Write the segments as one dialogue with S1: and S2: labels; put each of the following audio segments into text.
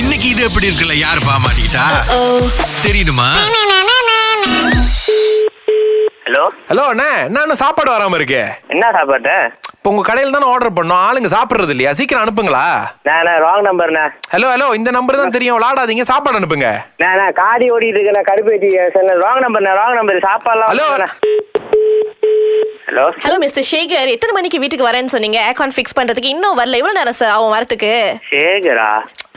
S1: இன்னைக்கு இது எப்படி இருக்குல்ல யாரு பாமாட்டா தெரியுமா
S2: ஹலோ
S3: ஹலோ அண்ணே என்ன சாப்பாடு வராம இருக்கு
S2: என்ன சாப்பாட்ட
S3: இப்போ உங்க கடையில் தானே ஆர்டர் பண்ணோம் ஆளுங்க சாப்பிடுறது இல்லையா சீக்கிரம் அனுப்புங்களா
S2: நான் ராங் நம்பர்ண்ணா
S3: ஹலோ ஹலோ இந்த நம்பர் தான் தெரியும் விளாடாதீங்க சாப்பாடு அனுப்புங்க
S2: நான் நான் காடி ஓடிட்டு இருக்கேன் கடுப்பேத்தி சொன்ன ராங் நம்பர்ண்ணா ராங் நம்பர் சாப்பாடுலாம்
S3: Hello.
S2: Hello
S4: hello mister Sekar எத்தனை மணிக்கு வீட்டுக்கு வரேன்னு சொன்னீங்க ஏர்கான் ஃபிக்ஸ் பண்றதுக்கு இன்னும் வரல எவ்வளவு நேரம் சார் ஆகும் வரத்துக்கு
S2: சேகரா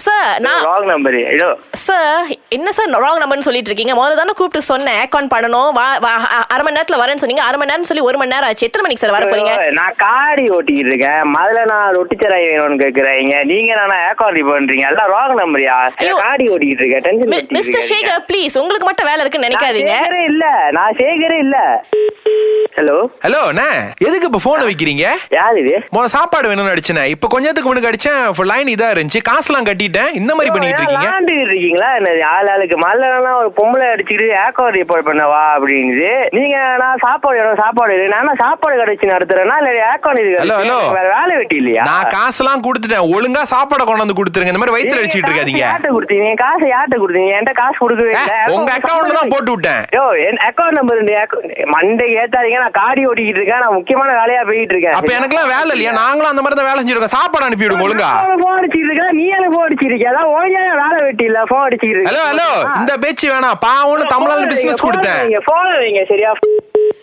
S4: சார் நான்
S2: ராங் நம்பர் ஹலோ
S4: சார் என்ன சார் ராங் நம்பர்னு சொல்லிட்டு இருக்கீங்க முதல்ல தானே கூப்பிட்டு சொன்னேன் ஏர்கான் பண்ணணும் வா- வா- அ- அரை மணி நேரத்துல வரேன்னு சொன்னீங்க அரை மணி நேரம் சொல்லி ஒரு மணி நேரம் ஆச்சு எத்தனை மணிக்கு சார் வர போறீங்க
S2: நான் காடி ஓட்டிக்கிட்டு இருக்கேன் முதல்ல நான் ரொட்டிச்சராய் வேணும்னு கேக்குறீங்க நீங்க நானா ஏக்காரி பண்றீங்க எல்லாம் ராங் நம்பர்யா
S4: ஐயோ.
S2: காடி ஓட்டிக்கிட்டு இருக்கேன் டென்ஷன்
S4: மி- மிஸ்டர் சேகர் ப்ளீஸ் உங்களுக்கு மட்டும் வேலை இருக்குன்னு நினைக்காதீங்க
S2: சேகரே இல்ல நான் சேகரே இல்ல ஹலோ
S3: ஹலோ அண்ணே எதுக்கு இப்போ ஃபோனை வைக்கிறீங்க
S2: யார் இது
S3: முதல்ல சாப்பாடு வேணும்னு அடிச்சேன் இப்போ கொஞ்ச நேரத்துக்கு முன்னாடி அடிச்சேன் ஃபுல் லைன் இதா இருந்துச்சு காசுலாம் கட்டிட்டேன் இந்த மாதிரி பண்ணிட்டு இருக்கீங்க
S2: விளாண்டுட்டு இருக்கீங்களா என்னது ஆள் ஆளுக்கு மல்லனா ஒரு பொம்பளை அடிச்சுக்கிட்டு ஏக்கோர் ரிப்போர்ட் பண்ணவா அப்படிங்குது நீங்க நான் சாப்பாடு வேணும் சாப்பாடு வேணும். நானா சாப்பாடு கடைச்சு நடத்துறேன்னா இல்ல ஏக்கோன் இது
S3: Hello, hello.
S2: வேற வேலை வெட்டி இல்லையா
S3: நான் காசுலாம் கொடுத்துட்டேன் ஒழுங்கா சாப்பாடை கொண்டாந்து கொடுத்துருங்க இந்த மாதிரி வயித்துல அடிச்சிட்டு இருக்காதீங்க
S2: யார்ட்ட கொடுத்தீங்க காசு யார்ட்ட கொடுத்தீங்க என்கிட்ட காசு கொடுக்கவே
S3: ஏ,
S2: இல்ல
S3: உங்க அக்கௌண்ட்ல தான் போட்டு விட்டேன்
S2: யோ என் அக்கௌண்ட் நம்பர் மண்டை ஏத்தாதீங்க நான் காடி ஓட்டிக்கிட்டு இருக்கேன் நான் முக்கியமான வேலையா போயிட்டு இருக்கேன்
S3: அப்ப எனக்குலாம் வேலை இல்லையா நாங்களும் அந்த மாதிரி தான் வேலை செஞ்சிருக்கோம் சாப்பாடு அனுப்பி விடுங்க ஒழுங்கா
S2: போன் அடிச்சிட்டு இருக்கா நீ எனக்கு போன் அடிச்சிருக்கியா அதான் உனக்கு வேலை வெட்டி இல்ல போன் அடிச்சிட்டு இருக்க
S3: ஹலோ ஹலோ இந்த பேச்சு வேணாம் பாவம்னு தமிழ்நாடு பிசினஸ் கொடுத்தேன்
S2: போன் வைங்க சரியா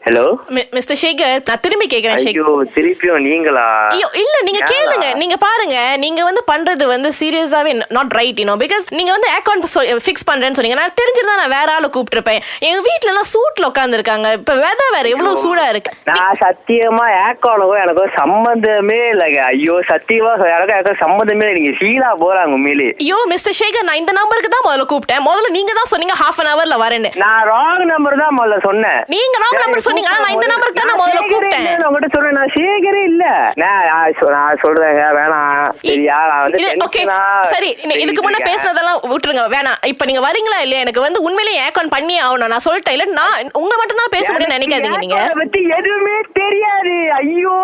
S2: ஹலோ
S4: மி- மிஸ்டர் சேகர் நான் திரும்பி கேக்குறேன் சேகர்
S2: ஐயோ திருப்பியும் நீங்களா
S4: ஐயோ இல்ல நீங்க
S2: ஏன்டா?
S4: கேளுங்க நீங்க பாருங்க நீங்க வந்து பண்றது வந்து சீரியஸாவே நாட் ரைட் யூ பிகாஸ் நீங்க வந்து அக்கௌண்ட் ஃபிக்ஸ் பண்றேன்னு சொன்னீங்க நான் தெரிஞ்சிருந்தா நான் வேற ஆளு கூப்பிட்டிருப்பேன் எங்க வீட்ல எல்லாம் சூட்ல உட்கார்ந்திருக்காங்க இப்ப weather வேற எவ்வளவு சூடா இருக்கு
S2: நான் சத்தியமா ஏக்கோனுக்கும் எனக்கும் சம்பந்தமே இல்லைங்க ஐயோ சத்தியமா சொல்ல- எனக்கும் எனக்கும் சம்பந்தமே இல்லைங்க சீலா போறாங்க உண்மையிலே
S4: ஐயோ மிஸ்டர் சேகர் நான் இந்த நம்பருக்கு தான் முதல்ல கூப்பிட்டேன் முதல்ல நீங்க தான் சொன்னீங்க half அன் ஹவர்ல வரேன்னு
S2: நான் ராங் நம்பர் தான் முதல்ல சொன்னேன்
S4: நீங்க wrong number சொன்னீங்க. ஆனா நான் இந்த number க்கு தான் நான் முதல்ல கூப்பிட்டேன்.
S2: உங்ககிட்ட சொல்றேன் நான் சேகரே இல்ல நான் நான் சொ- நான் சொல்றேங்க வேணாம் சரியா நான் வந்து
S4: இல்ல, okay.
S2: tension-ஆ
S4: சரி நீ- இதுக்கு
S2: போயிட்டு
S4: முன்ன
S2: இருக்கேன்.
S4: பேசுனதெல்லாம் விட்டுருங்க வேணாம் இப்ப நீங்க வரீங்களா இல்லையா எனக்கு வந்து உண்மையிலேயே ஏர்கான் பண்ணியே ஆகணும் நான் சொல்லிட்டேன் இல்ல நான் உங்க மட்டும் தான் பேச முடியும்னு நினைக்காதீங்க நீங்க
S2: எனக்கு பத்தி எதுவுமே தெரியாது ஐயோ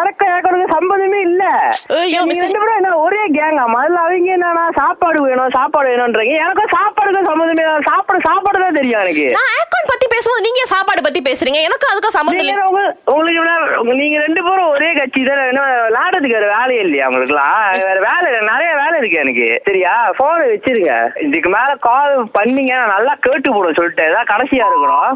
S2: எனக்கு எனக்கு சம்பந்தமே இல்ல
S4: ஐயோ,
S2: நீங்க
S4: மிஸ்டர்-
S2: ரெண்டு பேரும் என்ன ஒரே கேங்கா முதல்ல அவங்க என்னன்னா சாப்பாடு வேணும் சாப்பாடு வேணும்ன்றீங்க எனக்கும் சாப்பாடுக்கும் சம்பந்தமே இல்ல சாப்பாடு சாப்பாடு தான் தெரியும் எனக்கு
S4: நான் ஏர்கான் பத்தி பேசும்போது நீங்க சாப்பாடு பத்தி பேசுறீங்க எனக்கும் அதுக்கும் சம்மந்தம்
S2: நீங்க
S4: இல்லை
S2: உங்க- உங்களுக்கு என்ன- உங்க- நீங்க ரெண்டு பேரும் ஒரே கட்சி தானே என்ன விளையாடுறதுக்கு வேற வேலை இல்லையா உங்களுக்குலாம் வேற வேலை இல்ல, நிறைய வேலை இருக்கு எனக்கு சரியா போனை வச்சிருங்க இதுக்கு மேல கால் பண்ணீங்க நான் நல்லா கேட்டு போட சொல்லிட்டு ஏதாவது கடைசியா இருக்கணும்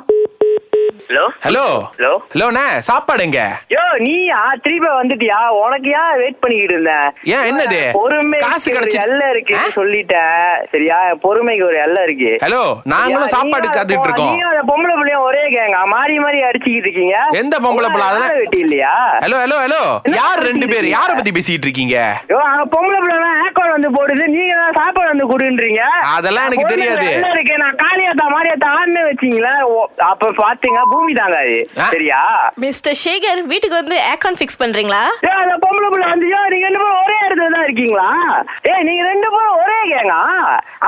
S2: ஹலோ
S3: ஹலோ
S2: Hello.
S3: ஹலோ அண்ணே சாப்பாடு எங்க
S2: யோ நீயா திருப்பி வந்துட்டியா உனக்கு ஏன் வெயிட் பண்ணிக்கிட்டு இருந்தேன்
S3: ஏன், என்னது?
S2: பொறுமை
S3: காசு கிடைச்சு-
S2: எல்ல இருக்கு
S3: ஆ?
S2: சொல்லிட்டேன் சரியா பொறுமைக்கு ஒரு எல்லை இருக்கு
S3: ஹலோ நாங்களும்
S2: யா,
S3: சாப்பாடு
S2: நீயும்
S3: காத்துட்டு
S2: அந்த பொ-
S3: இருக்கோம்
S2: நீயும் அந்த பொம்பளை பிள்ளையும் ஒரே கேங்க மாறி மாறி அடிச்சுக்கிட்டு இருக்கீங்க
S3: எந்த பொம்பளை பிள்ளை?
S2: உங்களால
S3: அதெல்லாம்
S2: வெட்டி இல்லையா
S3: ஹலோ ஹலோ ஹலோ
S2: என்ன
S3: யார்
S2: பேசிட்டு
S3: ரெண்டு பேர்
S2: இருக்கீங்க?
S3: யார பத்தி பேசிட்டு இருக்கீங்க
S2: யோ அங்க பொம்பளை பிள்ளை ஏக்கோல் வந்து போடுது நீங்க தான் சாப்பாடு வந்து குடுன்றீங்க
S3: அதெல்லாம் எனக்கு தெரியாது.
S2: இருக்கு நான் காளியாத்தா மாரியாத்தா ஆன்னு வச்சீங்களா அப்ப பாத்தீங்க பூமி தாங்க அது
S3: ஆ?
S2: சரியா
S4: மிஸ்டர் சேகர் வீட்டுக்கு வந்து ஏர்கான் ஃபிக்ஸ் பண்றீங்களா
S2: ஏ அந்த பொம்பளை பிள்ளை வந்து ஏன் நீங்க ரெண்டு பேரும் ஒரே இடத்துல தான் இருக்கீங்களா ஏ நீங்க ரெண்டு பேரும் ஒரே கேங்க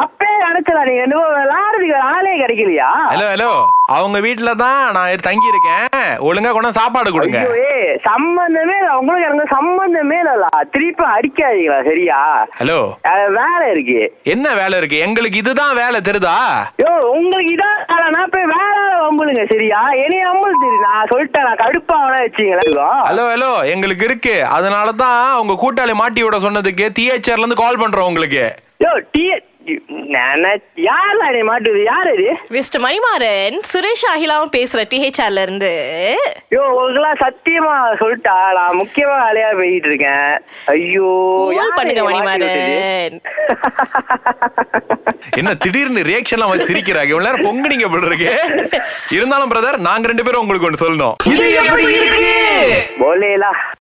S2: அப்பே நினைச்சலாம் நீங்க ரெண்டு பேரும் விளாடுறதுக்கு ஆளே கிடைக்கலையா
S3: ஹலோ ஹலோ அவங்க வீட்டுல தான் நான் தங்கி இருக்கேன் ஒழுங்கா கொண்டு வந்து சாப்பாடு கொடுங்க
S2: ஐயோ, ஏய், சம்பந்தமே இல்ல உங்களுக்கு எனக்கு சம்பந்தமே இல்ல திருப்பி அடிக்காதீங்களா சரியா
S3: ஹலோ
S2: அஹ், வேலை இருக்கு
S3: என்ன வேலை இருக்கு எங்களுக்கு இதுதான் வேலை தெரியுதா
S2: யோ உங்களுக்கு இதான் வேலைனா போய் வேலை வம்புலுங்க சரியா என்னைய வம்புல தெரியும் நான் சொல்லிட்டேன் நான் கடுப்பாவனா வச்சீங்களா
S3: ஹலோ ஹலோ எங்களுக்கு இருக்கு அதனால தான் உங்க கூட்டாளி மாட்டி விட சொன்னதுக்கு திஹெச்ஆர்ல இருந்து கால் பண்றோம் உங்களுக்கு
S2: யோ டீ நான் யார் என்னை மாட்டுது யார் இது
S4: மிஸ்டர் மணிமாறன் சுரேஷ் அகிலாவும் பேசுற டிஹெச்ஆர்ல இருந்து
S2: யோ உங்களுக்குலாம் சத்தியமா சொல்லிட்டா நான் முக்கியமா வேலையா போயிட்டு இருக்கேன் ஐயோ
S4: கோல்
S2: யார்
S4: பண்ணுங்க
S2: என்னை மாட்டி விட்டது?
S4: மணிமாறன்
S3: என்ன திடீர்னு ரியாக்ஷன்லாம் வந்து சிரிக்கிறாங்க இவ்வளவு நேரம் பொங்குனீங்க போல இருக்கு இருந்தாலும் பிரதர் நாங்க ரெண்டு பேரும் உங்களுக்கு ஒன்று சொல்லணும்
S2: போலேலா